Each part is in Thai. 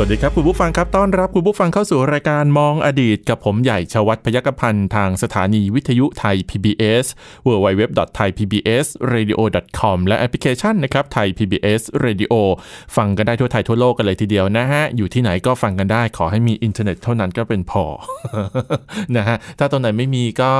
สวัสดีครับ คุณผู้ฟังครับต้อนรับคุณผู้ฟังเข้าสู่รายการมองอดีต กับผมใหญ่ชวัฒน์พยกพันธ์ทางสถานีวิทยุไทย PBS www.thaipbsradio.com และแอปพลิเคชันนะครับไทย PBS Radio ฟังกันได้ทั่วไทยทั่วโลกกันเลยทีเดียวนะฮะ อยู่ที่ไหนก็ฟังกันได้ขอให้มีอินเทอร์เน็ตเท่านั้นก็เป็นพอ นะฮะ ถ้าตรงไหนไม่มีก็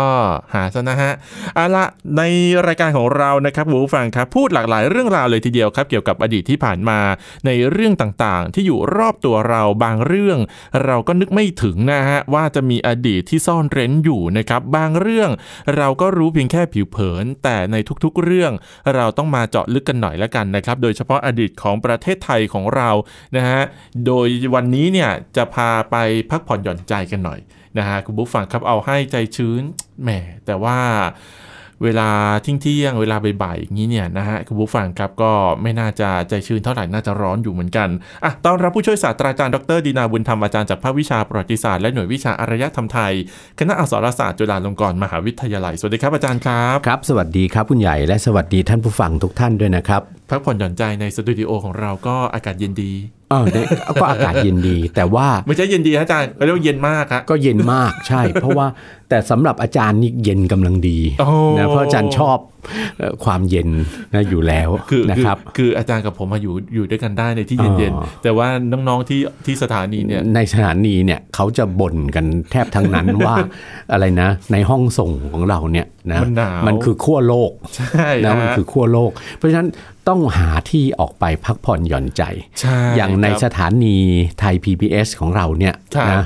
หาซะนะฮะเอาละในรายการของเรานะครับคุณผู้ฟังครับพูดหลากหลายเรื่องราวเลยทีเดียวครับ เกี่ยวกับอดีตที่ผ่านมาในเรื่องต่างๆ ที่อยู่รอบตัวเราบางเรื่อง เราก็นึกไม่ถึงนะฮะว่าจะมีอดีตที่ซ่อนเร้นอยู่นะครับ บางเรื่องเราก็รู้เพียงแค่ผิวเผิน แต่ในทุกๆเรื่อง เราต้องมาเจาะลึกกันหน่อยละกันนะครับ โดยเฉพาะอดีตของประเทศไทยของเรานะฮะโดยวันนี้เนี่ยจะพาไปพักผ่อนหย่อนใจกันหน่อย นะฮะคุณบุ๊ฟังครับเอาให้ใจชื้นแหมแต่ว่าเวลาทิ้งเที่ยงๆเวลาบ่ายๆอย่างนี้เนี่ยนะฮะคุณบุ๊ฟังครับก็ไม่น่าจะใจชื้นเท่าไหร่น่าจะร้อนอยู่เหมือนกันอ่ะต้อนรับผู้ช่วยศาสตราจารย์ดรดีนาบุญธรรมอาจารย์จากภาควิชาประวัติศาสตร์และหน่วยวิชาอารยธรรมไทย คณะอักษรศาสตร์จุฬาลงกรณ์มหาวิทยาลัยสวัสดีครับอาจารย์ครับ ครับ สวัสดีครับคุณใหญ่และสวัสดีท่านผู้ฟังทุกท่านด้วยนะครับ พักผ่อนหย่อนใจในสตูดิโอของเราก็อากาศเย็นดี เออได้ก็อากาศเย็น ดี แต่ว่า ไม่ใช่เย็นดีฮะอาจารย์เรียกว่าเย็นมากฮะ ก็เย็นมากใช่ เพราะว่าแต่สำหรับอาจารย์นี่เย็นกำลังดี โอ้ นะเพราะอาจารย์ชอบเอ่อความเย็นนะอยู่แล้ว คือ นะ คือ ครับ คืออาจารย์กับผมมาอยู่อยู่ด้วยกันได้ในที่เย็น อ๋อ ๆแต่ว่าน้องๆที่ที่สถานีเนี่ย ในสถานีเนี่ยเขาจะบ่นกันแทบทั้ง นั้นว่าอะไรนะ ในห้องส่งของเราเนี่ยนะ มันหนาว มันคือขั้วโลก ใช่ นะ ฮ มันคือขั้วโลก เพราะฉะนั้นต้องหาที่ออกไปพักผ่อนหย่อนใจ ใช่ อย่างใน ค ส รับ ถานีไทย PBS ของเราเนี่ย ครับ นะ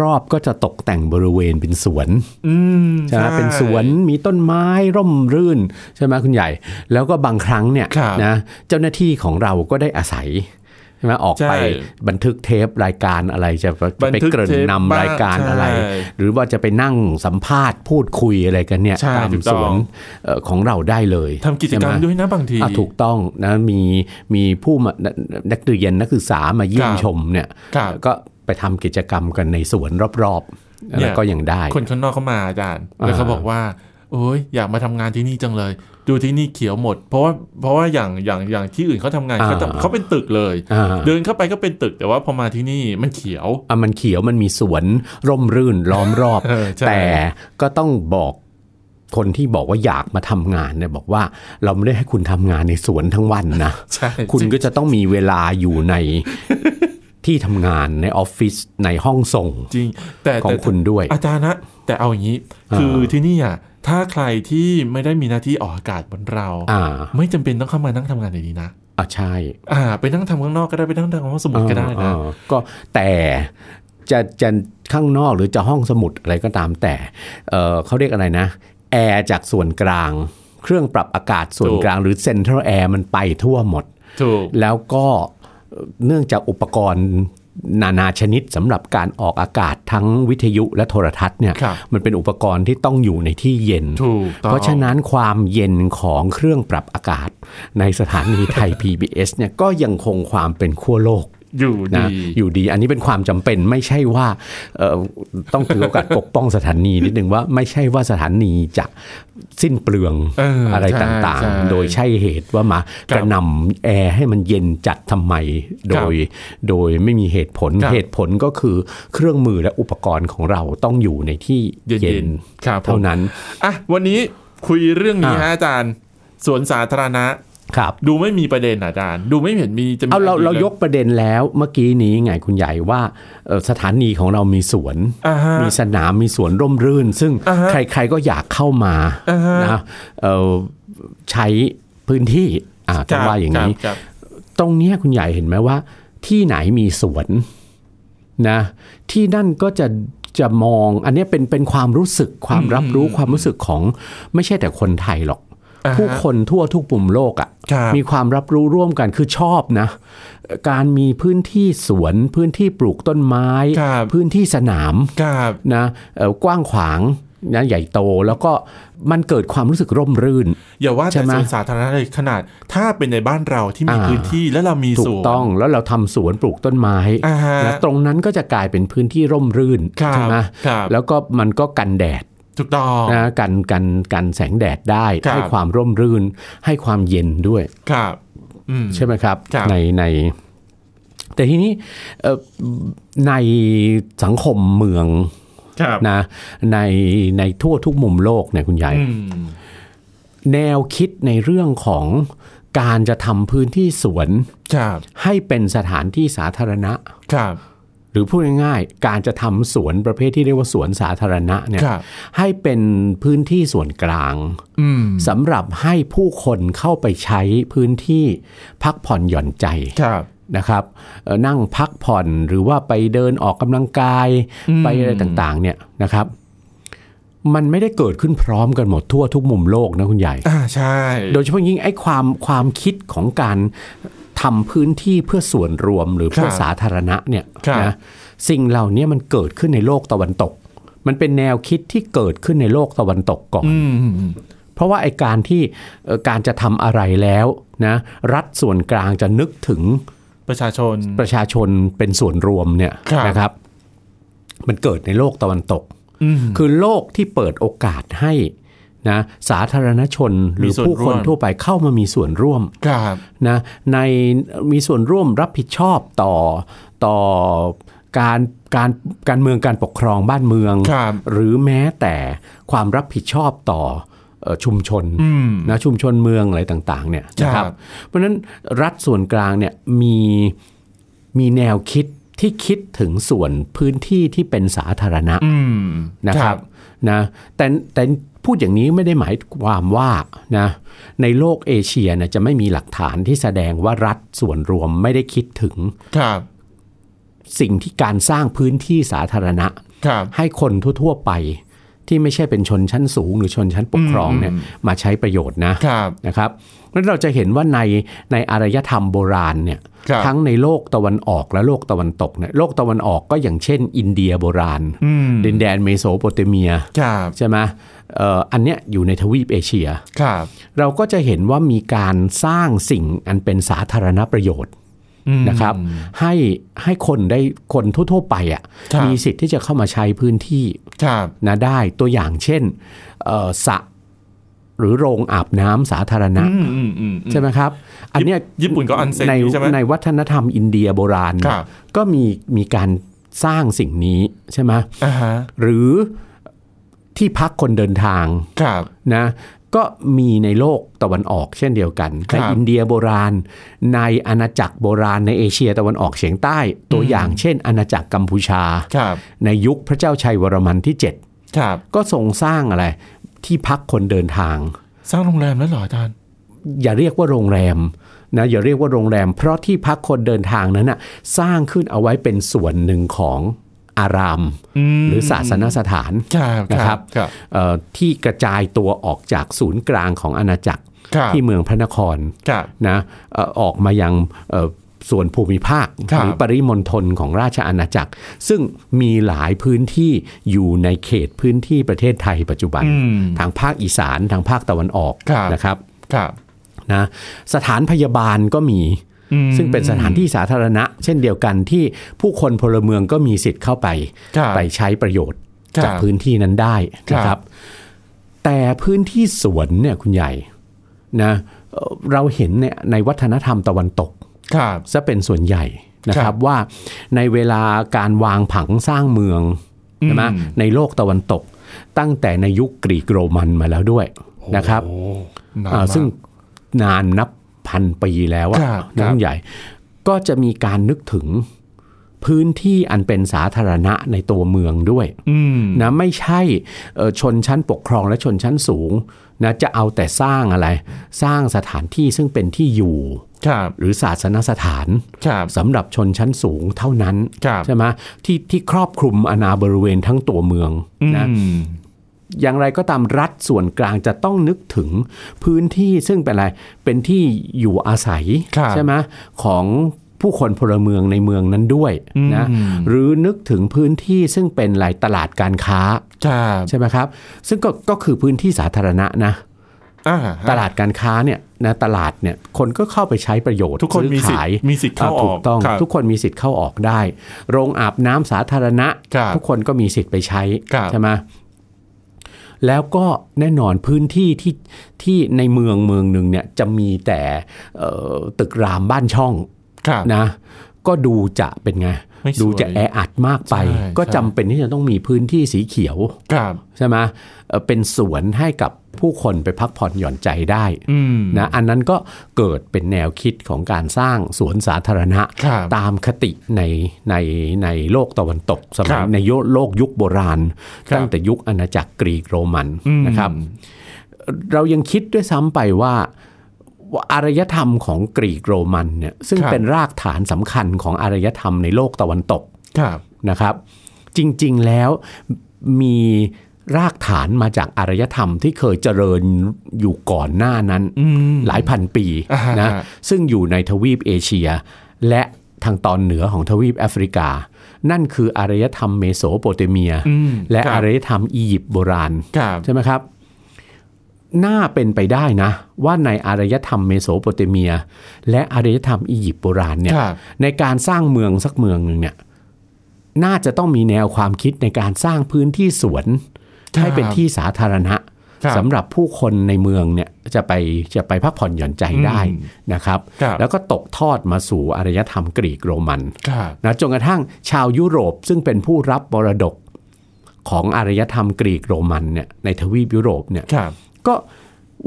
รอบๆก็จะตกแต่งบริเวณเป็นสวน อืม ใช่ไหม ใช่ เป็นสวนมีต้นไม้ร่มรื่นใช่ไหมคุณใหญ่ แล้วก็บางครั้งเนี่ย ครับ นะเจ้าหน้าที่ของเราก็ได้อาศัยใช่ไหมออกไปบันทึกเทปรายการอะไรจะจะไป บันทึก เกริ่น ทป นำรายการอะไร ใช่ หรือว่าจะไปนั่งสัมภาษณ์พูดคุยอะไรกันเนี่ย ใช่ ตาม ถูก ส ต้อง วนเอ่อของเราได้เลย ทำกิจกรรม ใช่ไห ด้วยนะบางที อ่ะถูกต้องนะมีมีผู้มานักนักเรียนนักศึกษามาเยี่ยม ครับ ชมเนี่ย ครับ ก็ไปทำกิจกรรมกันในสวนรอบๆ เนี่ แล้ว ย ก็ยังได้ คนข้างนอกเขามาอาจารย์แล้ว อ่า เขาบอกว่า โอ้ยอยากมาทำงานที่นี่จังเลย ดูที่นี่เขียวหมด เพราะว่าเพราะว่าอย่างอย่างอย่างที่อื่นเขาทำงานเขาทำเขาเป็นตึกเลย อ่า เดินเข้าไปก็เป็นตึกแต่ว่าพอมาที่นี่มันเขียว อ่ะมันเขียวมันมีสวนร่มรื่นล้อมรอบ เออใช่ แต่ก็ต้องบอกคนที่บอกว่าอยากมาทำงานเนี่ยบอกว่าเราไม่ได้ให้คุณทำงานในสวนทั้งวันนะ ใช่ คุณก็จะต้องมีเวลาอยู่ ใน ที่ทำงานในออฟฟิศในห้องส่ง จริง แต่ ของ แต่ คุณด้วย อาจารย์นะแต่เอาอย่างนี้ อ่า คือที่นี่อ่ะถ้าใครที่ไม่ได้มีหน้าที่ออกอากาศบนเรา อ่า ไม่จำเป็นต้องเข้ามานั่งทำงานในนี้นะ อ่ะใช่ อ่า ไปนั่งทำข้างนอกก็ได้ไปนั่งทำห้องสมุดก็ได้นะ เออก็แต่จะจะข้างนอกหรือจะห้องสมุดอะไรก็ตามแต่เอ่อเขาเรียกอะไรนะ แอร์จากส่วนกลาง เครื่องปรับอากาศส่วน ถูก กลางหรือเซ็นทรัลแอร์มันไปทั่วหมด ถูก แล้วก็เอ่อเนื่องจากอุปกรณ์นานาชนิดสำหรับการออกอากาศทั้งวิทยุและโทรทัศน์เนี่ย ครับ มันเป็นอุปกรณ์ที่ต้องอยู่ในที่เย็น ถูกต้อง เพราะฉะนั้นความเย็นของเครื่องปรับอากาศ ในสถานีไทย PBS เนี่ยก็ยังคงความเป็นขั้วโลก อยู่ นะ ดี อยู่ดีอันนี้เป็นความจำเป็นไม่ใช่ว่าเอ่อต้องถือโอกาส ปกป้องสถานีนิดนึงว่าไม่ใช่ว่าสถานีจะสิ้นเปลือง เออ อะไร ใช่ ต่าง ใช่ ๆ โดยใช่เหตุว่ามากระหนำแอร์ให้มันเย็นจัดทำไม โดยโดยไม่มีเหตุผล ครับ เหตุผลก็คือเครื่องมือและอุปกรณ์ของเราต้องอยู่ในที่ เย็ เย็ น น ๆครับผ เท่าม นั้น อ่ะวันนี้คุยเรื่องนี้ อ่า ฮะอาจารย์สวนสาธารณะ ครับ ดูไม่มีประเด็นอะอาจารย์ ดูไม่เห็นมีจะมี เอาเรา อะไร เรายกประเด็นแล้วเมื่อกี้นี้ไงคุณใหญ่ว่าเอ่อสถานีของเรามีสวน อ่าฮะ มีสนามมีสวนร่มรื่น ซึ่ง อ่าฮะ ใครๆก็อยากเข้ามา อ่าฮะ นะเอ่อใช้พื้นที่อ่า ค ต้ รั อง บ ว่าอย่างนี้ ครับ ตรงเนี้ยคุณใหญ่เห็นไหมว่า ที่ไหนมีสวนนะที่นั่นก็จะจะมอง อันเนี้ยเป็นเป็นความรู้สึกความรับรู้ความรู้สึกของไม่ใช่แต่คนไทยหรอก ครับ ผู้คนทั่วทุกปุ่มโลกอ่ะ ครับ มีความรับรู้ร่วมกันคือชอบนะ การมีพื้นที่สวนพื้นที่ปลูกต้นไม้ ครับ พื้นที่สนาม ครับ นะเอ่อกว้างขวาง นะใหญ่โตแล้วก็มันเกิดความรู้สึกร่มรื่น อย่าว่า ใช่ แต่ ไหม สวนสาธารณะเลยขนาด ถ้าเป็นในบ้านเราที่มี อ่า พื้นที่และเรามี ถู ส ก วน ต้องแล้วเราทำสวนปลูกต้นไม้ อ่าฮะ นะตรงนั้นก็จะกลายเป็นพื้นที่ร่มรื่น ครับ ใช่ไหม ครับ แล้วก็มันก็กันแดด ถูกต้อง นะกันกันกันแสงแดดได้ ครับ ให้ความร่มรื่น ให้ความเย็นด้วย ครับ อืม ใช่ไหมครับ ครับ ในใน แต่ทีนี้เอ่อในสังคมเมือง ครับ นะในในทั่วทุกมุมโลกเนี่ยคุณใหญ่ อืม แนวคิดในเรื่องของการจะทำพื้นที่สวน ครับ ให้เป็นสถานที่สาธารณะ ครับ หรือพูดง่ายๆ การจะทำสวนประเภทที่เรียกว่าสวนสาธารณะเนี่ย ครับ ให้เป็นพื้นที่ส่วนกลาง อืม สำหรับให้ผู้คนเข้าไปใช้พื้นที่พักผ่อนหย่อนใจ ครับ นะครับเอ่อนั่งพักผ่อนหรือว่าไปเดินออกกำลังกาย อืม ไปอะไรต่างๆเนี่ยนะครับ มันไม่ได้เกิดขึ้นพร้อมกันหมดทั่วทุกมุมโลกนะคุณใหญ่ อ่าใช่ โดยเฉพาะยิ่งไอ้ความความคิดของการทำพื้นที่เพื่อส่วนรวมหรือเพื่อสาธารณะเนี่ยนะสิ่งเหล่านี้มันเกิดขึ้นในโลกตะวันตก มันเป็นแนวคิดที่เกิดขึ้นในโลกตะวันตกก่อน อืม เพราะว่าไอการที่เอ่อการจะทำอะไรแล้วนะรัฐส่วนกลางจะนึกถึง ประชาชน ประชาชนเป็นส่วนรวมเนี่ย ครับ นะครับ มันเกิดในโลกตะวันตก อืม คือโลกที่เปิดโอกาสให้นะสาธารณชนหรือ มีส่วน ผู้คน ร่วม ทั่วไปเข้ามามีส่วนร่วม ครับ นะในมีส่วนร่วมรับผิดชอบต่อต่อการการการเมืองการปกครองบ้านเมือง ครับ หรือแม้แต่ความรับผิดชอบต่อเอ่อชุมชน อืม นะชุมชนเมืองอะไรต่างๆเนี่ยนะคครัรับ บ เพราะฉะนั้นรัฐส่วนกลางเนี่ยมีมีแนวคิดที่คิดถึงส่วนพื้นที่ที่เป็นสาธารณะ อืม นะครับนะแต่แต่พูดอย่างนี้ไม่ได้หมายความว่านะในโลกเอเชียนะจะไม่มีหลักฐานที่แสดงว่ารัฐส่วนรวมไม่ได้คิดถึง ครับ สิ่งที่การสร้างพื้นที่สาธารณะ ครับ ให้คนทั่ว ๆ ไปที่ไม่ใช่เป็นชนชั้นสูง หรือชนชั้นปกครองเนี่ยมาใช้ประโยชน์นะ ครับ นะครับแล้วเราจะเห็นว่าในในอารยธรรมโบราณเนี่ย ครับ ทั้งในโลกตะวันออกและโลกตะวันตกเนี่ยโลกตะวันออกก็อย่างเช่น อินเดียโบราณ อืม ดินแดนเมโสโปเตเมีย ครับ ใช่ไหมเอ่ออันเนี้ยอยู่ในทวีปเอเชีย ครับ เราก็จะเห็นว่ามีการสร้างสิ่งอันเป็นสาธารณประโยชน์ อืม นะครับให้ให้คนได้คนทั่วๆไปอะ่ะ ครับ มีสิทธิ์ที่จะเข้ามาใช้พื้นที่ ครับ นะได้ตัวอย่างเช่นเอ่อสระหรือโรงอาบน้ำสาธารณะ อืมอืมอืมอืม ใช่ไหมครับ อันเนี้ย ญี่ปุ่นก็ onsen อในย่างนี้ใช่ไหม ในวัฒนธรรมอินเดียโบราณ ครับ ก็มีมีการสร้างสิ่งนี้ใช่ไหม อ่าฮะ หรือที่พักคนเดินทาง ครับ นะก็มีในโลกตะวันออกเช่นเดียวกัน ครั ใน บ อินเดียโบราณ ในอาณาจักรโบราณในเอเชียตะวันออกเฉียงใต้ ตัวอย่างเช่น อาณาจักรกัมพูชา ครับ ในยุคพระเจ้าชัยวรมันที่ ครับ 7 ก็ทรงสร้างอะไร ที่พักคนเดินทาง สร้างโรงแรมแล้วเหรออาจารย์ อย่าเรียกว่าโรงแรมนะอย่าเรียกว่าโรงแรม เพราะที่พักคนเดินทางนั้นน่ะสร้างขึ้นเอาไว้เป็นส่วนหนึ่งของอาราม อืม หรือศาสนสถาน ครับ นะครับ ครับ เอ่อที่กระจายตัวออกจากศูนย์กลางของอาณาจักร ครับ ที่เมืองพระนคร ครับ นะเอ่อออกมายังเอ่อส่วนภูมิภาค ครับ หรือปริมณฑลของราชอาณาจักร ซึ่งมีหลายพื้นที่อยู่ในเขตพื้นที่ประเทศไทยปัจจุบัน อืม ทางภาคอีสานทางภาคตะวันออก ครับ นะครับ ครับ นะสถานพยาบาลก็มี อืม ซึ่งเป็นสถานที่สาธารณะ เช่นเดียวกันที่ผู้คนพลเมืองก็มีสิทธิ์เข้าไป ครับ ไปใช้ประโยชน์ ครับ จากพื้นที่นั้นได้นะค ครั รับ บ แต่พื้นที่สวนเนี่ยคุณใหญ่นะเอ่อเราเห็นเนี่ยในวัฒนธรรมตะวันตก ครับ ซะเป็นส่วนใหญ่นะคครั รับบ ว่าในเวลาการวางผังสร้างเมืองใช่ไหม อืม ในโลกตะวันตก ตั้งแต่ในยุคกรีกโรมันมาแล้วด้วยนะครับ โอ้นาอ่ามนาก ซึ่งนานนับพันปีแล้วอะ ครับ นะ ครั คุ บ ณใหญ่ก็จะมีการนึกถึงพื้นที่อันเป็นสาธารณะในตัวเมืองด้วย อืม นะไม่ใช่เอ่อชนชั้นปกครองและชนชั้นสูงนะจะเอาแต่สร้างอะไร สร้างสถานที่ซึ่งเป็นที่อยู่ ครับ หรือศาสนสถาน ครับ สำหรับชนชั้นสูงเท่านั้น ครับ ใช่ไหมที่ที่ครอบคลุมอาณาบริเวณทั้งตัวเมือง อื นะ ม อย่างไรก็ตามรัฐส่วนกลางจะต้องนึกถึงพื้นที่ซึ่งเป็นอะไรเป็นที่อยู่อาศัย ครับ ใช่ไหมของ ผู้คนพลเมืองในเมืองนั้นด้วยนะ อืม หรือนึกถึงพื้นที่ซึ่งเป็นหลายตลาดการค้า ครับ ใช่ไหมครับ ซึ่งก็ก็คือพื้นที่สาธารณะนะ อ่า ตลาดการค้าเนี่ยนะตลาดเนี่ยคนก็เข้าไปใช้ประโยชน์ ทุกคน ซื้อ มีสิท ขาย ธิ์มีสิทธิ์เข้าอ ถู อก กต้อง ครับ ทุกคนมีสิทธิ์เข้าออกได้ โรงอาบน้ำสาธารณะ ครับ ทุกคนก็มีสิทธิ์ไปใช้ ครับ ใช่ไหมแล้วก็แน่นอนพื้นที่ที่ที่ในเมืองเมืองหนึ่งเนี่ยจะมีแต่เอ่อตึกรามบ้านช่อง ครับ นะก็ดูจะเป็นไง ไม่สวย ดูจะแออัดมากไป ใช่ ก็ ใช่ จำเป็นที่จะต้องมีพื้นที่สีเขียว ครับ ใช่ไหมเอ่อเป็นสวนให้กับผู้คนไปพักผ่อนหย่อนใจได้ อืม นะอันนั้นก็เกิดเป็นแนวคิดของการสร้างสวนสาธารณะ ครับ ตามคติในในในโลกตะวันตก สมัย ครับ ในโยโลกยุคโบราณ ครับ ตั้งแต่ยุคอาณาจักรกรีกโรมัน อืม นะครับ เรายังคิดด้วยซ้ำไปว่าว่าอารยธรรมของกรีกโรมันเนี่ยซึ่งเป็นรากฐานสำคัญของอารยธรรมในโลกตะวันตก ครับ นะครับจริงๆแล้วมีรากฐานมาจากอารยธรรมที่เคยเจริญอยู่ก่อนหน้านั้น อืม หลายพันปี อ่าฮะ นะซึ่งอยู่ในทวีปเอเชีย และทางตอนเหนือของทวีปแอฟริกา นั่นคืออารยธรรมเมโสโปเตเมีย อืม และ ครับ อารยธรรมอียิปต์โบราณ ครับ ใช่ไหมครับ น่าเป็นไปได้นะ ว่าในอารยธรรมเมโสโปเตเมีย และอารยธรรมอียิปต์โบราณเนี่ย ครับ ในการสร้างเมืองสักเมืองหนึ่งเนี่ย น่าจะต้องมีแนวความคิดในการสร้างพื้นที่สวน ครับ ให้เป็นที่สาธารณะ ครับ สำหรับผู้คนในเมืองเนี่ยจะไปจะไปพักผ่อนหย่อนใจได้ อืม นะครับ ครับ แล้วก็ตกทอดมาสู่อารยธรรมกรีกโรมัน ครับ นะจนกระทั่งชาวยุโรปซึ่งเป็นผู้รับมรดกของอารยธรรมกรีกโรมันเนี่ยในทวีปยุโรปเนี่ย ครับ ก็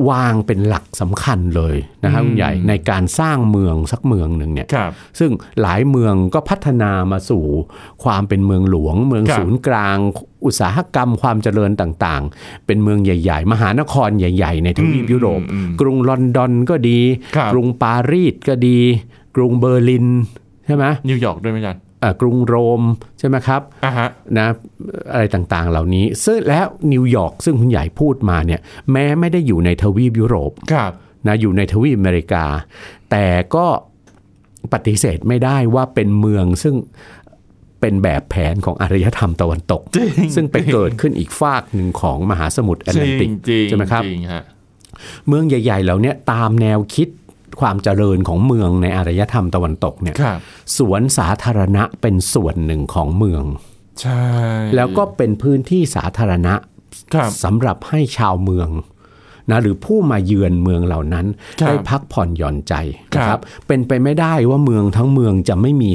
วางเป็นหลักสำคัญเลยนะครับ อืม คุณใหญ่ในการสร้างเมืองสักเมืองหนึ่งเนี่ย ครับ ซึ่งหลายเมืองก็พัฒนามาสู่ความเป็นเมืองหลวง เมือง ครับ ศูนย์กลาง อุตสาหกรรมความเจริญต่างๆ เป็นเมืองใหญ่ๆ มหานครใหญ่ ๆ ในทวีปยุโรป อืม กรุงลอนดอนก็ดี ครับ กรุงปารีสก็ดี กรุงเบอร์ลินใช่ไหม นิวยอร์กด้วยไหมอาจารย์ เอ่อกรุงโรมใช่ไหมครับ อ่ะฮะ นะอะไรต่างๆเหล่านี้ซึ่งและนิวยอร์กซึ่งคุณใหญ่พูดมาเนี่ยแม้ไม่ได้อยู่ในทวีปยุโรป ครับ นะอยู่ในทวีปอเมริกา แต่ก็ปฏิเสธไม่ได้ว่าเป็นเมืองซึ่งเป็นแบบแผนของอารยธรรมตะวันตก จริง ซึ่งไปเกิดขึ้นอีกฟากหนึ่งของมหาสมุทรแอต จ แลนติ ริ ก งจริง ใช่ไหมครับ จริงฮะ เมืองใหญ่ ๆ เหล่าเนี้ยตามแนวคิดความเจริญของเมืองในอารยธรรมตะวันตกเนี่ย ครับ สวนสาธารณะเป็นส่วนหนึ่งของเมือง ใช่ แล้วก็เป็นพื้นที่สาธารณะ ครับ สำหรับให้ชาวเมืองนะหรือผู้มาเยือนเมืองเหล่านั้น ครับ ได้พักผ่อนหย่อนใจนะค ครั รับ บ เป็นไปไม่ได้ว่าเมืองทั้งเมืองจะไม่มี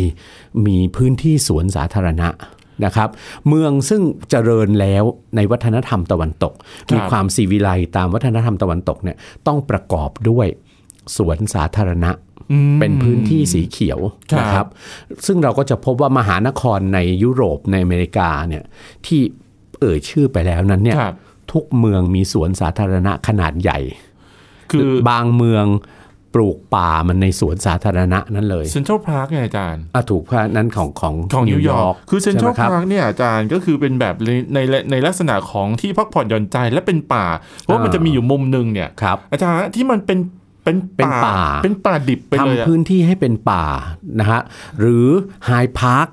มีพื้นที่สวนสาธารณะนะครับ เมืองซึ่งเจริญแล้วในวัฒนธรรมตะวันตก มีความสีวิไลตามวัฒนธรรมตะวันตกเนี่ยต้องประกอบด้วยสวนสาธารณะ อืม เป็นพื้นที่สีเขียว ครับ นะครับ ซึ่งเราก็จะพบว่ามหานครในยุโรปในอเมริกาเนี่ยที่เอ่ยชื่อไปแล้วนั้นเนี่ย ครับ ทุกเมืองมีสวนสาธารณะขนาดใหญ่ คือบ างเมืองปลูกป่ามันในสวนสาธารณะนั้นเลย เซ็นทรัลพาร์คไงอาจารย์ อ่ะถูกเพราะนั้นของของ ของนิวยอร์ก คือเซ็นทรัล ใช่ไหมบ พาร์คเนี่ยอาจารย์ก็คือเป็นแบบในในในลักษณะของที่พักผ่อนหย่อนใจและเป็นป่า เพราะว่า อ่ามั มันจะมีอยู่มุมหนึ่งเนี่ย ครับ อาจารย์ที่มันเป็นเป็น เป็นป่า เป็นป่าดิบไปเลย ทำ อะ พื้นที่ให้เป็นป่านะฮะหรือไฮพาร์ค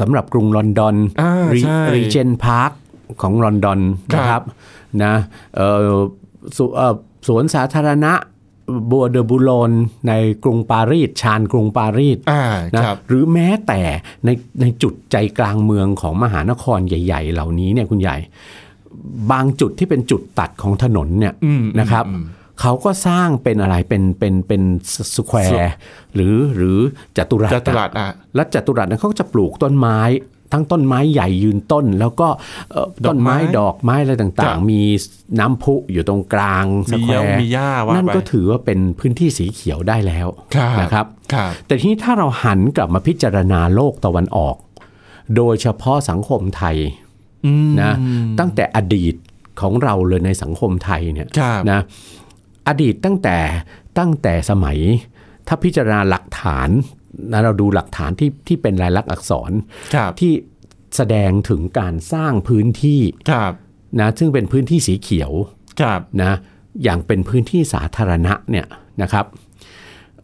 สำหรับกรุงลอนดอน อ่าใช่ รีเจนพาร์คของลอนดอนนะค ครั รั บบ นะเอ่อสวเอ่อสวนสาธารณะบัวเดอบูลอนในกรุงปารีสชานกรุงปารีส อ่า นะครับ หรือแม้แต่ในในจุดใจกลางเมืองของมหานครใหญ่ ๆ เหล่านี้เนี่ยคุณใหญ่ บางจุดที่เป็นจุดตัดของถนนเนี่ย อืม นะครับ อืม เขาก็สร้างเป็นอะไรเป็นเป็นเป็นสแคว ส ร์หรือหรือจัตุรัส จัตุรั อะ สอ่ะ และจัตุรัสนั้นเขาก็จะปลูกต้นไม้ ทั้งต้นไม้ใหญ่ยืนต้น แล้วก็เอ่อ ดอกไม้ ต้นไม้ดอกไม้อะไร ครั ต่าง บ ๆ มีน้ำพุอยู่ตรงกลางส มี แค ห ว ญ้า ร์ มีหญ้าว่า นั่น ไป ก็ถือว่าเป็นพื้นที่สีเขียวได้แล้ว ครับ นะครับ ครับ แต่ทีนี้ถ้าเราหันกลับมาพิจารณาโลกตะวันออก โดยเฉพาะสังคมไทย อืม นะตั้งแต่อดีตของเราเลยในสังคมไทยเนี่ย ครับ นะอดีตตั้งแต่ตั้งแต่สมัย ถ้าพิจารณาหลักฐานนะเราดูหลักฐานที่ที่เป็นลายลักษณ์อักษร ครับ ที่แสดงถึงการสร้างพื้นที่ ครับ นะซึ่งเป็นพื้นที่สีเขียว ครับ นะอย่างเป็นพื้นที่สาธารณะเนี่ยนะครับ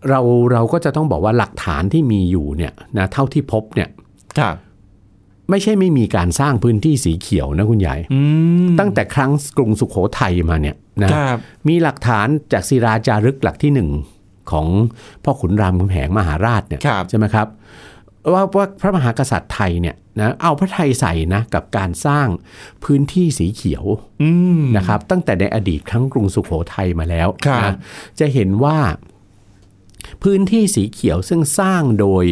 เราเราก็จะต้องบอกว่าหลักฐานที่มีอยู่เนี่ยนะเท่าที่พบเนี่ย ครับ ไม่ใช่ไม่มีการสร้างพื้นที่สีเขียวนะคุณใหญ่ อืม ตั้งแต่ครั้งกรุงสุขโขทัยมาเนี่ยนะครับ มีหลักฐานจากศิราจารึกหลักที่หนึ่งของพ่อขุนรามคำแหงมหาราชเนี่ย ครับ ใช่ไหมครับว่าว่าพระมหากษัตริย์ไทยเนี่ยนะเอาพระไทยใส่นะกับการสร้างพื้นที่สีเขียว อืม นะครับตั้งแต่ในอดีตครั้งกรุงสุขโขทัยมาแล้ว ครับ นะจะเห็นว่าพื้นที่สีเขียวซึ่งสร้างโดย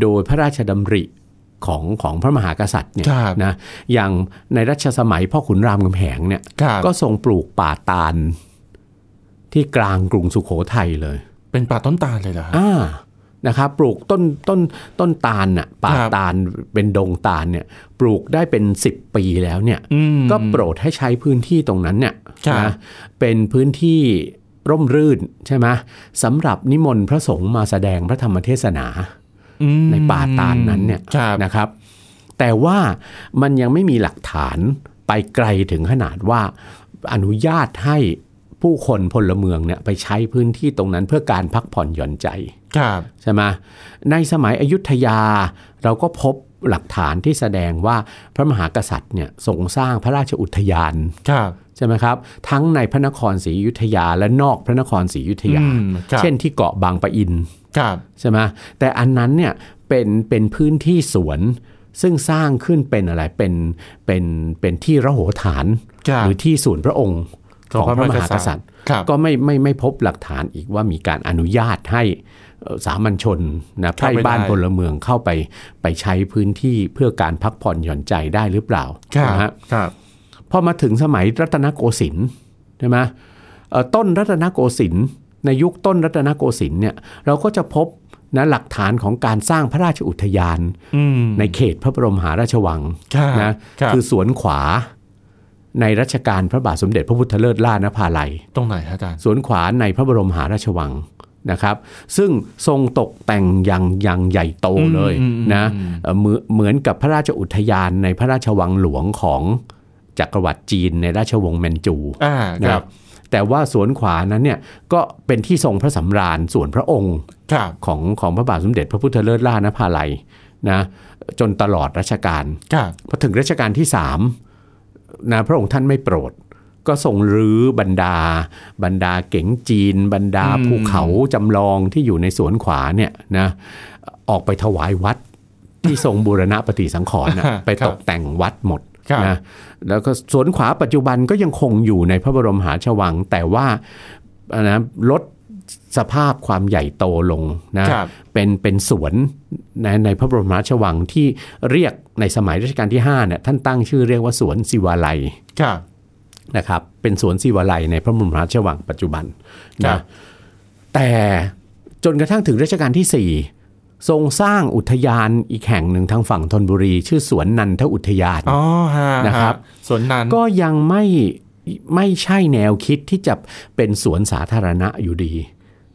โดยพระราชดำริของของพระมหากษัตริย์เนี่ย ครับ นะอย่างในรัชสมัยพ่อขุนรามคำแหงเนี่ย ครับ ก็ทรงปลูกป่าตาล ที่กลางกรุงสุขโขทัยเลย เป็นป่าต้นตาลเลยเหรอฮะ อ่านะครับปลูกต้นต้นต้นตาลน่ะป่า ครับ ตาลเป็นดงตาลเนี่ยปลูกได้เป็น 10 ปีแล้วเนี่ย อืม ก็โปรดให้ใช้พื้นที่ตรงนั้นเนี่ย ครับ นะเป็นพื้นที่ร่มรื่นใช่ไหมสำหรับนิมนต์พระสงฆ์มาแสดงพระธรรมเทศนา อืม ในป่าตาลนั้นเนี่ย ครับ นะครับ แต่ว่ามันยังไม่มีหลักฐานไปไกลถึงขนาดว่าอนุญาตให้ผู้คนพลเมืองเนี่ยไปใช้พื้นที่ตรงนั้นเพื่อการพักผ่อนหย่อนใจ ครับ ใช่ไหมในสมัยอยุธยาเราก็พบหลักฐานที่แสดงว่าพระมหากษัตริย์เนี่ยทรงสร้างพระราชอุทยาน ครับ ใช่ไหมครับทั้งในพระนครศรีอยุธยาและนอกพระนครศรีอยุธยา อืมครับ เช่นที่เกาะบางปะอิน ครับ ใช่ไหมแต่อันนั้นเนี่ยเป็นเป็นพื้นที่สวน ซึ่งสร้างขึ้นเป็นอะไรเป็นเป็นเป็นที่ระโหฐาน ครับ หรือที่ส่วนย์พระองค์ของพระมหากษัตริย์ ครับ ก็ไม่ไม่ไม่พบหลักฐานอีกว่ามีการอนุญาตให้เอ่อสามัญชนนะไพร่บ้านพลเมืองเข้าไปไปใช้พื้นที่เพื่อการพักผ่อนหย่อนใจได้หรือเปล่า ครับ นะฮะ ครับ พอมาถึงสมัยรัตนโกสินทร์ใช่ไหมเอ่อต้นรัตนโกสินทร์ในยุคต้นรัตนโกสินทร์เนี่ยเราก็จะพบนะหลักฐานของการสร้างพระราชอุทยาน อืม ในเขตพระบรมมหาราชวัง ครับ นะครับ คือสวนขวาในรัชกาลพระบาทสมเด็จพระพุทธเลิศล่านภาลัย ตรงไหนฮะอาจารย์ สวนขวาในพระบรมมหาราชวังนะครับ ซึ่งทรงตกแต่งอย่างอย่างใหญ่โตเลยนะเอ่อเหมือนเหมือนกับพระราชอุทยานในพระราชวังหลวงของจักรวรรดิจีนในราชวงศ์แมนจู อ่า นะครับ แต่ว่าสวนขวานั้นเนี่ยก็เป็นที่ทรงพระสำราญส่วนพระองค์ ครับ ของของพระบาทสมเด็จพระพุทธเลิศล่านภาลัยนะจนตลอดรัชกาล ครับ พอถึงรัชกาลที่สามนะพระองค์ท่านไม่โปรด ก็ทรงรื้อบรรดา บรรดาเก๋งจีน บรรดา อืม ภูเขาจำลองที่อยู่ในสวนขวาเนี่ยนะออกไปถวายวัดที่ทรงบูรณะปฏิสังขรณ์น่ะ ครับ ไปตกแต่งวัดหมด ครับ นะแล้วก็สวนขวาปัจจุบันก็ยังคงอยู่ในพระบรมหาราชวัง แต่ว่านะลดสภาพความใหญ่โตลงนะ ครับ เป็นเป็นสวนในในพระบรมราชวังที่เรียกในสมัยรัชกาลที่5เนี่ยท่านตั้งชื่อเรียกว่าสวนศิวาลัย ครับ นะครับเป็นสวนศิวาลัยในพระบรมราชวังปัจจุบัน ครั นะ บ แต่จนกระทั่งถึงรัชกาลที่ 4 ทรงสร้างอุทยานอีกแห่งหนึ่งทางฝั่งธนบุรี ชื่อสวนนันทอุทยาน อ๋อฮะ นะครับ ฮสวนนั้น ก็ยังไม่ไม่ใช่แนวคิดที่จะเป็นสวนสาธารณะอยู่ดี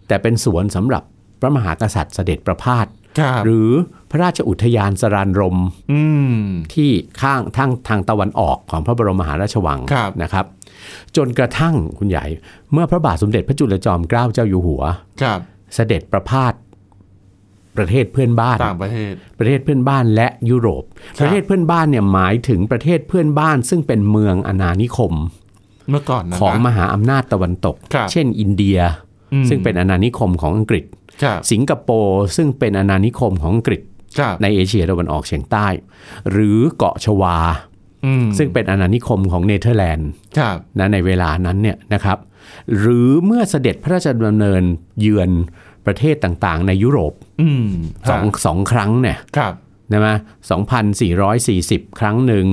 แต่เป็นสวนสำหรับพระมหากษัตริย์เสด็จประพาส ครับ หรือพระราชอุทยานสรานรม อืม ที่ข้างทางทางตะวันออกของพระบรมมหาราชวัง ครับ นะครับ จนกระทั่งคุณใหญ่ เมื่อพระบาทสมเด็จพระจุลจอมเกล้าเจ้าอยู่หัว ครับ เสด็จประพาสประเทศเพื่อนบ้าน ต่างประเทศ ประเทศเพื่อนบ้านและยุโรป ครับ ประเทศเพื่อนบ้านเนี่ยหมายถึงประเทศเพื่อนบ้าน ซึ่งเป็นเมืองอาณานิคม เมื่อก่อนนะ ของม นะ หาอำนาจตะวันตก ครับ เช่นอินเดีย อืม ซึ่งเป็นอาณานิคมของอังกฤษ ครับ สิงคโปร์ซึ่งเป็นอาณานิคมของอังกฤษ ครับ ในเอเชียตะวันออกเฉียงใต้ หรือเกาะชวา อืม ซึ่งเป็นอาณานิคมของเนเธอร์แลนด์ ครับ นะในเวลานั้นเนี่ยนะครับ หรือเมื่อเสด็จพระราชดำเนินเยือนประเทศต่างๆ ในยุโรป อืม สอง ฮะ สองครั้งเนี่ย ครับ ใช่ไหมสองพันสี่ร้อยสี่สิบครั้งหนึ่ง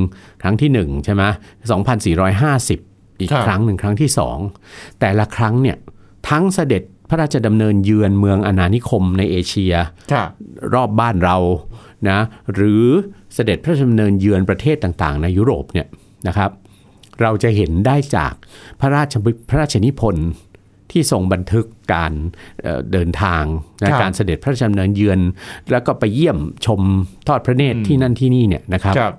ครั้งที่หนึ่งใช่ไหมสองพันสี่ร้อยห้าสิบอีก ครับ ครั้งหนึ่งครั้งที่สองแต่ละครั้งเนี่ยทั้งเสด็จพระราชดำเนินเยือนเมืองอาณานิคมในเอเชีย ครับ รอบบ้านเรานะหรือเสด็จพระราชดำเนินเยือนประเทศต่างๆ ในยุโรปเนี่ยนะครับ เราจะเห็นได้จากพระราชบิพระราชนิพนธ์ที่ทรงบันทึกการเอ่อเดินทางนะครับการเสด็จพระราชดำเนินเยือน แล้วก็ไปเยี่ยมชมทอดพระเนตร อืม ที่นั่นที่นี่เนี่ยนะครับ ครับ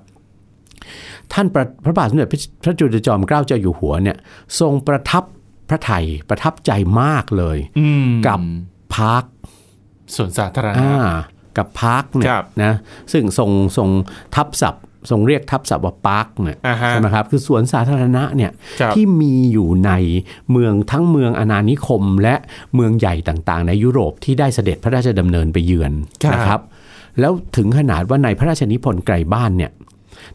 ท่านประพระบาทสมเด็จพระพระจุลจอมเกล้าเจ้าอยู่หัวเนี่ยทรงประทับพระไทยประทับใจมากเลย อืม กับ พาร์ค ส่วนสาธารณะ อ่ากับพาร์คเนี่ ค ย รับ นะซึ่งทรงทรงทับศัพท์ทรงเรียกทับศัพท์ว่าพาร์คเนี่ย อ่าฮะ ใช่ไหมครับคือสวนสาธารณะเนี่ย ครับ ที่มีอยู่ในเมืองทั้งเมืองอาณานิคม และเมืองใหญ่ต่างๆ ในยุโรปที่ได้เสด็จพระราชดำเนินไปเยือนนะครับ แล้วถึงขนาดว่าในพระราชนิพนธ์ไกลบ้านเนี่ย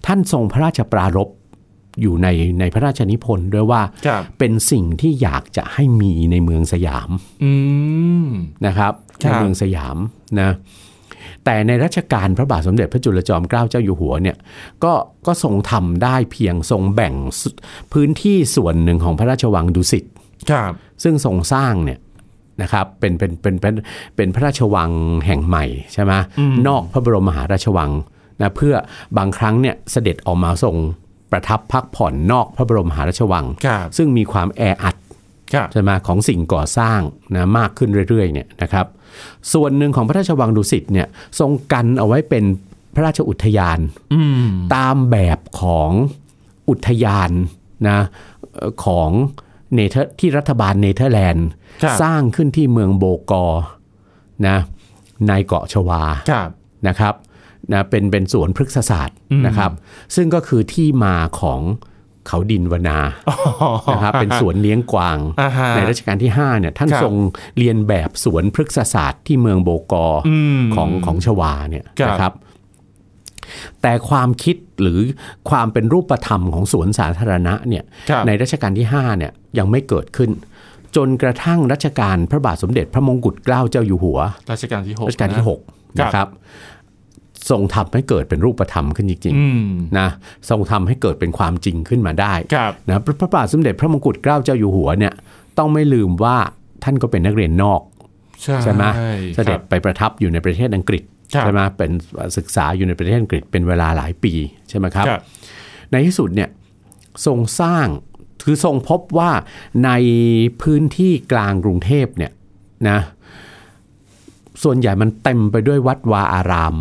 ท่านทรงพระราชปรารภอยู่ในในพระราชนิพนธ์ด้วยว่า ครับ เป็นสิ่งที่อยากจะให้มีในเมืองสยาม อืม นะครับ ครั ใน บ เมืองสยามนะแต่ในรัชกาลพระบาทสมเด็จพระจุลจอมเกล้าเจ้าอยู่หัวเนี่ยก็ก็ทรงทำได้เพียงทรงแบ่งสพื้นที่ส่วนหนึ่งของพระราชวังดุสิต ครับ ซึ่งทรงสร้างเนี่ยนะครับเป็นเป็นเป็นเป็นเป็นพระราชวังแห่งใหม่ใช่ไหมนอกพระบรมมหาราชวังนะเพื่อบางครั้งเนี่ยเสด็จออกมาทรงประทับพักผ่อนนอกพระบรมมหาราชวัง ครับ ซึ่งมีความแออัด ครับ ใช่ไหมของสิ่งก่อสร้างนะมากขึ้นเรื่อยๆเนี่ยนะครับ ส่วนหนึ่งของพระราชวังดุสิตเนี่ยทรงกันเอาไว้เป็นพระราชอุทยาน อืม ตามแบบของอุทยานนะเอ่อของเนเธอร์ที่รัฐบาลเนเธอร์แลนด์ ครับ สร้างขึ้นที่เมืองโบกอร์นะในเกาะชวา ครับ นะครับนะเป็นเป็นสวนพฤกษศาสตร์นะครับ ซึ่งก็คือที่มาของเขาดินวนานะครับเป็นสวนเลี้ยงกวาง อ่าฮะ ในรัชกาลที่5เนี่ยท่าน ครับ ทรงเรียนแบบสวนพฤกษศาสตร์ที่เมืองโบกอร์ อืม ของของชวาเนี่ย ครับ นะครับ แต่ความคิดหรือความเป็นรูปธรรมของสวนสาธารณะเนี่ย ครับ ในรัชกาลที่5เนี่ยยังไม่เกิดขึ้น จนกระทั่งรัชกาลพระบาทสมเด็จพระมงกุฎเกล้าเจ้าอยู่หัว รัชกาลที่หก รัชกาลที่ นะค6รับ นะครับทรงทำให้เกิดเป็นรูปธรรมขึ้นจริง อืม ๆนะทรงทำให้เกิดเป็นความจริงขึ้นมาได้ ครับ นะพระพระบาทสมเด็จพระมงกุฎเกล้าเจ้าอยู่หัวเนี่ยต้องไม่ลืมว่าท่านก็เป็นนักเรียนนอก ใช่ ใช่ไหมเสด็คจรับ ไปประทับอยู่ในประเทศอังกฤษ ครับ ใช่ไหมเป็นศึกษาอยู่ในประเทศอังกฤษเป็นเวลาหลายปีใช่ไหมครับ ครับ ในที่สุดเนี่ยทรงสร้างคือทรงพบว่าในพื้นที่กลางกรุงเทพเนี่ยนะส่วนใหญ่มันเต็มไปด้วยวัดวาอาราม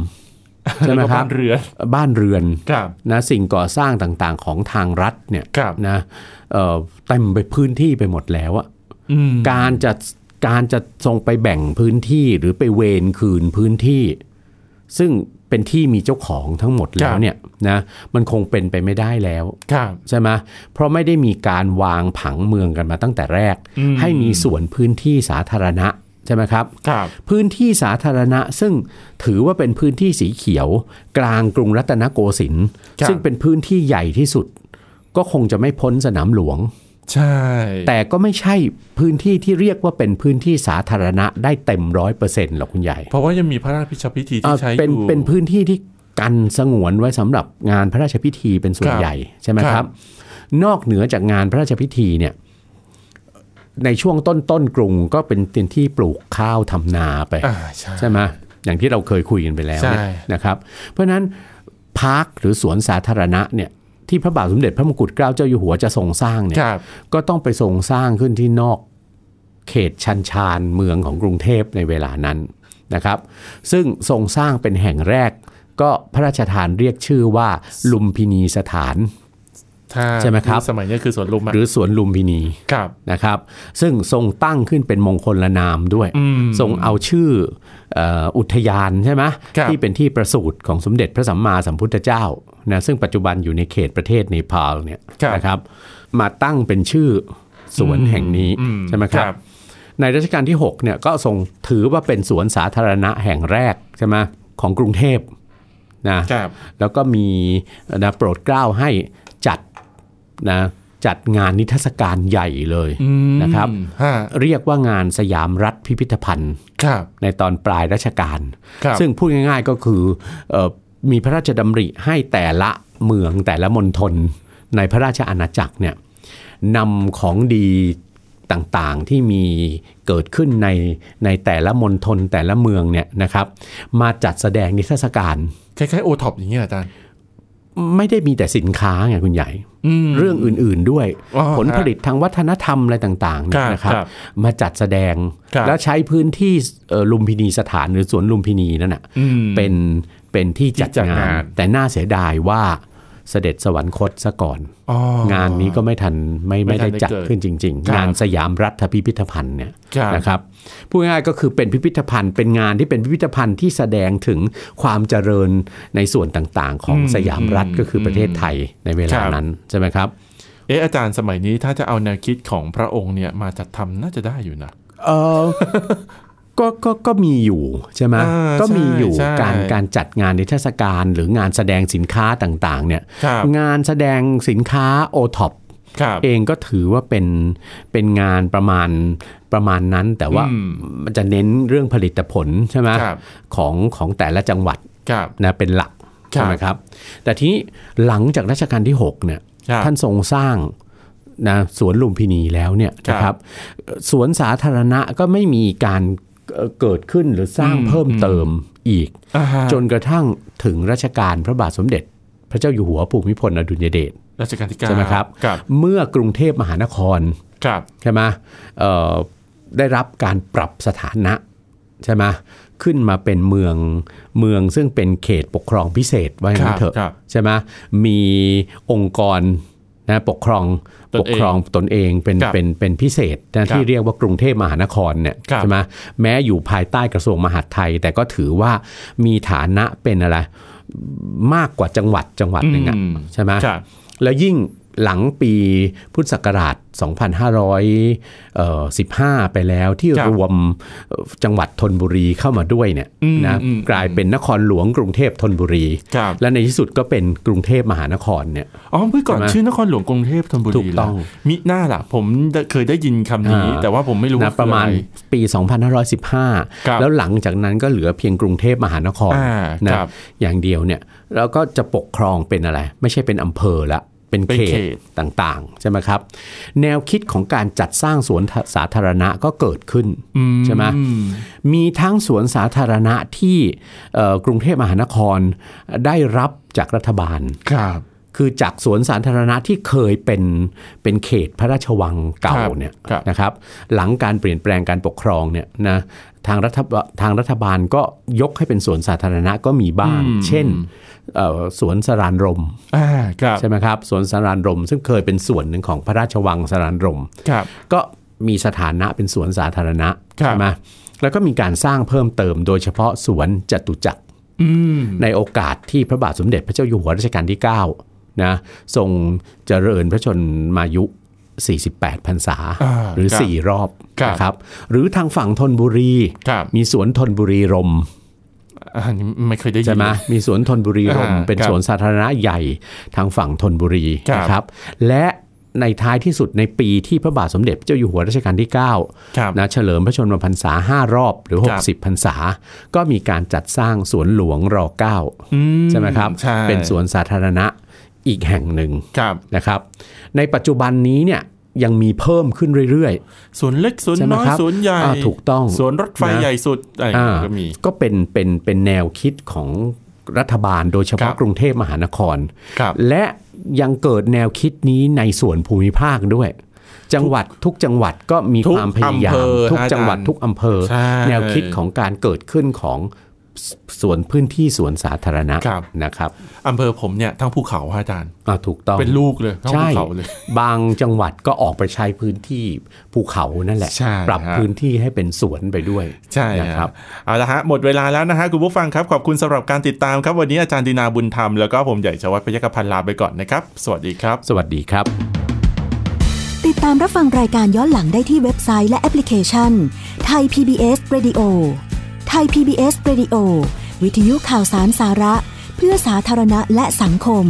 ใช่ไหม แล้วก็ ครั บ้า บ นเรือน บ้านเรือน ครับ นะสิ่งก่อสร้างต่างๆของทางรัฐเนี่ย ครับ นะเอ่อเต็มไปพื้นที่ไปหมดแล้วอะ อืม การจะการจะทรงไปแบ่งพื้นที่หรือไปเวรคืนพื้นที่ ซึ่งเป็นที่มีเจ้าของทั้งหมดคแล้ว รับ เนี่ยนะมันคงเป็นไปไม่ได้แล้ว ครับ ใช่ไหมเพราะไม่ได้มีการวางผังเมืองกันมาตั้งแต่แรก อืม ให้มีส่วนพื้นที่สาธารณะใช่ไหมครับ ครับ พื้นที่สาธารณะซึ่งถือว่าเป็นพื้นที่สีเขียว กลางกรุงรัตนโกสินทร์ ครับ ซึ่งเป็นพื้นที่ใหญ่ที่สุด ก็คงจะไม่พ้นสนามหลวง ใช่ แต่ก็ไม่ใช่พื้นที่ที่เรียกว่าเป็นพื้นที่สาธารณะได้เต็มร้อยเปอร์เซ็นต์หรอกคุณใหญ่ เพราะว่ายังมีพระราชพิธีพิธี เอ่ ที่ อ ใช้ เป็น อยู่ เป็นพื้นที่ที่กันสงวนไว้สำหรับงานพระราชพิธีเป็นส่ว คนรับ ใหญ่ใช่ไหม ค ค รั รับ บ นอกเหนือจากงานพระราชพิธีเนี่ยในช่วงต้นต้นๆกรุงก็เป็นเป็นที่ปลูกข้าวทำนาไป อ่าใช่ ใช่ไหมอย่างที่เราเคยคุยกันไปแล้วเนี่ย ใช่ นะครับ เพราะฉะนั้นพาร์คหรือสวนสาธารณะเนี่ยที่พระบาทสมเด็จพระมงกุฎเกล้าเจ้าอยู่หัวจะทรงสร้างเนี่ย ครับ ก็ต้องไปทรงสร้างขึ้นที่นอกเขตชันชานเมืองของกรุงเทพในเวลานั้นนะครับ ซึ่งทรงสร้างเป็นแห่งแรก ก็พระราชทานเรียกชื่อว่า ลุมพินีสถาน ถ้า ใช่ไหมครับ สมัยนี้คือสวนลุมอะ หรือสวนลุมพินี ครับ นะครับ ซึ่งทรงตั้งขึ้นเป็นมงคลละนามด้วย อืม ทรงเอาชื่อเอ่ออุทยานใช่ไหม ครับ ที่เป็นที่ประสูติของสมเด็จพระสัมมาสัมพุทธเจ้านะซึ่งปัจจุบันอยู่ในเขตประเทศเนปาลเนี่ยนะครับ มาตั้งเป็นชื่อสวนแห่งนี้ อื ใช่ไหมครับ ในรัชกาลที่6เนี่ยก็ทรงถือว่าเป็นสวนสาธารณะแห่งแรกใช่ไหมของกรุงเทพนะ ครับ แล้วก็มีนะโปรดเกล้าให้จัดนะจัดงานนิทรรศการใหญ่เลย อืม นะครับ ฮะ เรียกว่างานสยามรัฐพิพิธภัณฑ์ ครับ ในตอนปลายรัชกาล ครับ ซึ่งพูดง่ายๆก็คือเออมีพระราชดำริให้แต่ละเมืองแต่ละมณฑลในพระราชอาณาจักรเนี่ยนำของดีต่างๆที่มีเกิดขึ้นในในแต่ละมณฑลแต่ละเมืองเนี่ยนะครับ มาจัดแสดงนิทรรศการ คล้ายๆโอท็อปอย่างเงี้ยอาจารย์ ไม่ได้มีแต่สินค้าไงคุณใหญ่ อืม เรื่องอื่นๆด้วย อ๋อ ผลผลิตทางวัฒนธรรมอะไรต่างๆเนี่คยรับ นะครับ ครับ มาจัดแสดง ครับ แล้วใช้พื้นที่เอ่อลุมพินีสถานหรือสวนลุมพินีนั่นน่ะ อืม เป็นเป็นที่จัด ที่จัด งาน งาน แต่น่าเสียดายว่า เสด็จสวรรคตซะก่อน อ๋อ งานนี้ก็ไม่ทันไม่ ไม่ทัไม่ได้ นได้ จัด เกิด ขึ้นจริง ครับ ๆ งานสยามรัฐพิพิธภัณฑ์เนี่ย ครับ นะครับพูดง่ายๆก็คือเป็นพิพิธภัณฑ์ เป็นงานที่เป็นพิพิธภัณฑ์ที่แสดงถึงความเจริญในส่วนต่างๆ ของสยามรัฐก็คือประเทศไทยในเวลานั้นใช่ไหมครับ เอ๊ะอาจารย์สมัยนี้ถ้าจะเอาแนวคิดของพระองค์เนี่ยมาจัดทำน่าจะได้อยู่นะ เออ ก็ก็ก็มีอยู่ใช่ไหม อ่า ก็มีอยู่ ใช่ การ ใช่ การจัดงานนิทรรศการหรืองานแสดงสินค้าต่างๆ เนี่ย ครับ งานแสดงสินค้าโอท็อป ครับ เองก็ถือว่าเป็นเป็นงานประมาณประมาณนั้น แต่ว่า อืม มันจะเน้นเรื่องผลิตผลใช่ไหม ครับ ของของแต่ละจังหวัด ครับ นะเป็นหลัก ครับ ใช่ไหมครับ แต่ทีนี้หลังจากรัชกาลที่6เนี่ย ครับ ท่านทรงสร้างนะสวนลุมพินีแล้วเนี่ย ครับ นะครับเอ่อสวนสาธารณะก็ไม่มีการเอ่อเกิดขึ้นหรือสร้าง อืม เพิ่มเติมอีก อ่าฮะ จนกระทั่งถึงรัชกาลพระบาทสมเด็จ พระเจ้าอยู่หัวภูมิพลอดุลยเดช รัชกาลที่เก้า ใช่ไหมครับ ครับ เมื่อกรุงเทพมหานคร ครับ ใช่ไหมเอ่อได้รับการปรับสถานะใช่ไหมขึ้นมาเป็นเมืองเมืองซึ่งเป็นเขตปกครองพิเศษว่าอย่างนั้นเถอะ ครับครับ ใช่ไหมมีองค์กรนะปกครอง ตนเอง ปกครองตนเองเป็น ครับ เป็นเป็นพิเศษนะที่เรียกว่ากรุงเทพมหานครเนี่ย ครับ ใช่ไหมแม้อยู่ภายใต้กระทรวงมหาดไทย แต่ก็ถือว่ามีฐานะเป็นอะไรมากกว่าจังหวัดจังหวัดหนึ่งอะ อืม ใช่ไหม ครับ แล้วยิ่งหลังปีพุทธศักราช 2515 ไปแล้วที่ ครับ รวมเอ่อจังหวัดธนบุรีเข้ามาด้วยเนี่ย อืม นะ อืม กลายเป็นนครหลวงกรุงเทพธนบุรี ครับ และในที่สุดก็เป็นกรุงเทพมหานครเนี่ย อ๋อเมื่อก่อน ใช่ไหม ชื่อนครหลวงกรุงเทพธนบุรี ถูกต้อง นะมิหน้าล่ะ ผมเคยได้ยินคำนี้ อ่า แต่ว่าผมไม่รู้ นะ ว่คือ ประมาณ อปีไครับ 2515 แล้วหลังจากนั้นก็เหลือเพียงกรุงเทพมหานคร อ่า นะครับ อย่างเดียวเนี่ยแล้วก็จะปกครองเป็นอะไร ไม่ใช่เป็นอำเภอละเป็น เป็น เข เขต ตต่างๆใช่ไหมครับ แนวคิดของการจัดสร้างสวนสาธารณะก็เกิดขึ้นใช่ไหมมีทั้งสวนสาธารณะที่เอ่อกรุงเทพมหานครได้รับจากรัฐบาล ครับ คือจากสวนสาธารณะที่เคยเป็นเป็นเขตพระราชวังเก่า ครับ เนี่ย ครับ นะครับหลังการเปลี่ยนแปลงการปกครองเนี่ยนะทางรัฐบาทางรัฐบาลก็ยกให้เป็นสวนสาธารณะก็มีบ้าง เช่นเอ่อสวนสรานรม อ่าครับ ใช่ไหมครับสวนสรานรม ซึ่งเคยเป็นส่วนหนึ่งของพระราชวังสรานรม ครับ ก็มีสถานะเป็นสวนสาธารณะ ครับ ใช่ไหมแล้วก็มีการสร้างเพิ่มเติมโดยเฉพาะสวนจตุจักร อืม ในโอกาสที่พระบาทสมเด็จพระเจ้าอยู่หัวรัชกาลที่9นะทรงเจริญพระชนมายุ 48พรรษา อ่า หรือ ครับ 4 รอบ ครับ นะครับ หรือทางฝั่งธนบุรี ครับ มีสวนธนบุรีรมย์ อันนี้ไม่เคยได้ยิน ใช่ไหมมีสวนธนบุรีรมย์ อ่า เป็น ครับ สวนสาธารณะใหญ่ทางฝั่งธนบุรี ครับ นะครับ และในท้ายที่สุดในปีที่พระบาทสมเด็จพระเจ้าอยู่หัวรัชกาลที่ 9 ครับ นะเฉลิมพระชนมพรรษา 5 รอบหรือ ครับ 60พรรษา ก็มีการจัดสร้างสวนหลวงรอเก้า อื ใช่ไหมครับ ใช่ เป็นสวนสาธารณะอีกแห่งหนึ่ง ครับ นะครับ ในปัจจุบันนี้เนี่ยยังมีเพิ่มขึ้นเรื่อย สวนเล็กสวน ใช่ไหม น้อย ครับ สวนใหญ่ อ่าถูกต้อง สวนรถไฟ นะ ใหญ่สุดอะไรอย่าง อ่า เงี้ยก็มี ก็เป็นเป็นเป็นแนวคิดของรัฐบาลโดยเฉ ค พาะ รับ กรุงเทพมหานคร ครับ และยังเกิดแนวคิดนี้ในส่วนภูมิภาคด้วย จังหวัดทุกจังหวัดก็มี ทุก ความพยายา อำเภ ม อ ทุก อาจารย์ จังหวัดทุกอำเภอ ใช่ แนวคิดของการเกิดขึ้นของสสวนพื้นที่สวนสาธารณะ ครับ นะครับ อำเภอผมเนี่ยทั้งภูเขาฮะอาจารย์ อ่าถูกต้อง เป็นลูกเลยทั้งภูเขาเลย บางจังหวัดก็ออกไปใช้พื้นที่ภูเขานั่นแหละ ใช่ ปรับ ฮะ พื้นที่ให้เป็นสวนไปด้วย ใช่ นะ ค ค รั รั บบ เอาละฮะหมดเวลาแล้วนะฮะคุณผู้ฟังครับ ขอบคุณสำหรับการติดตามครับ วันนี้อาจารย์ดีนาบุญธรรม แล้วก็ผมใหญ่ชวัฒน์พยกพันธ์ลาไปก่อนนะครับ สวัสดีครับ สวัสดีครับ ติดตามรับฟังรายการย้อนหลังได้ที่เว็บไซต์และแอปพลิเคชันไทย PBS Radio ไทย PBS Radio วิทยุข่าวสารสาระ เพื่อสาธารณะและสังคม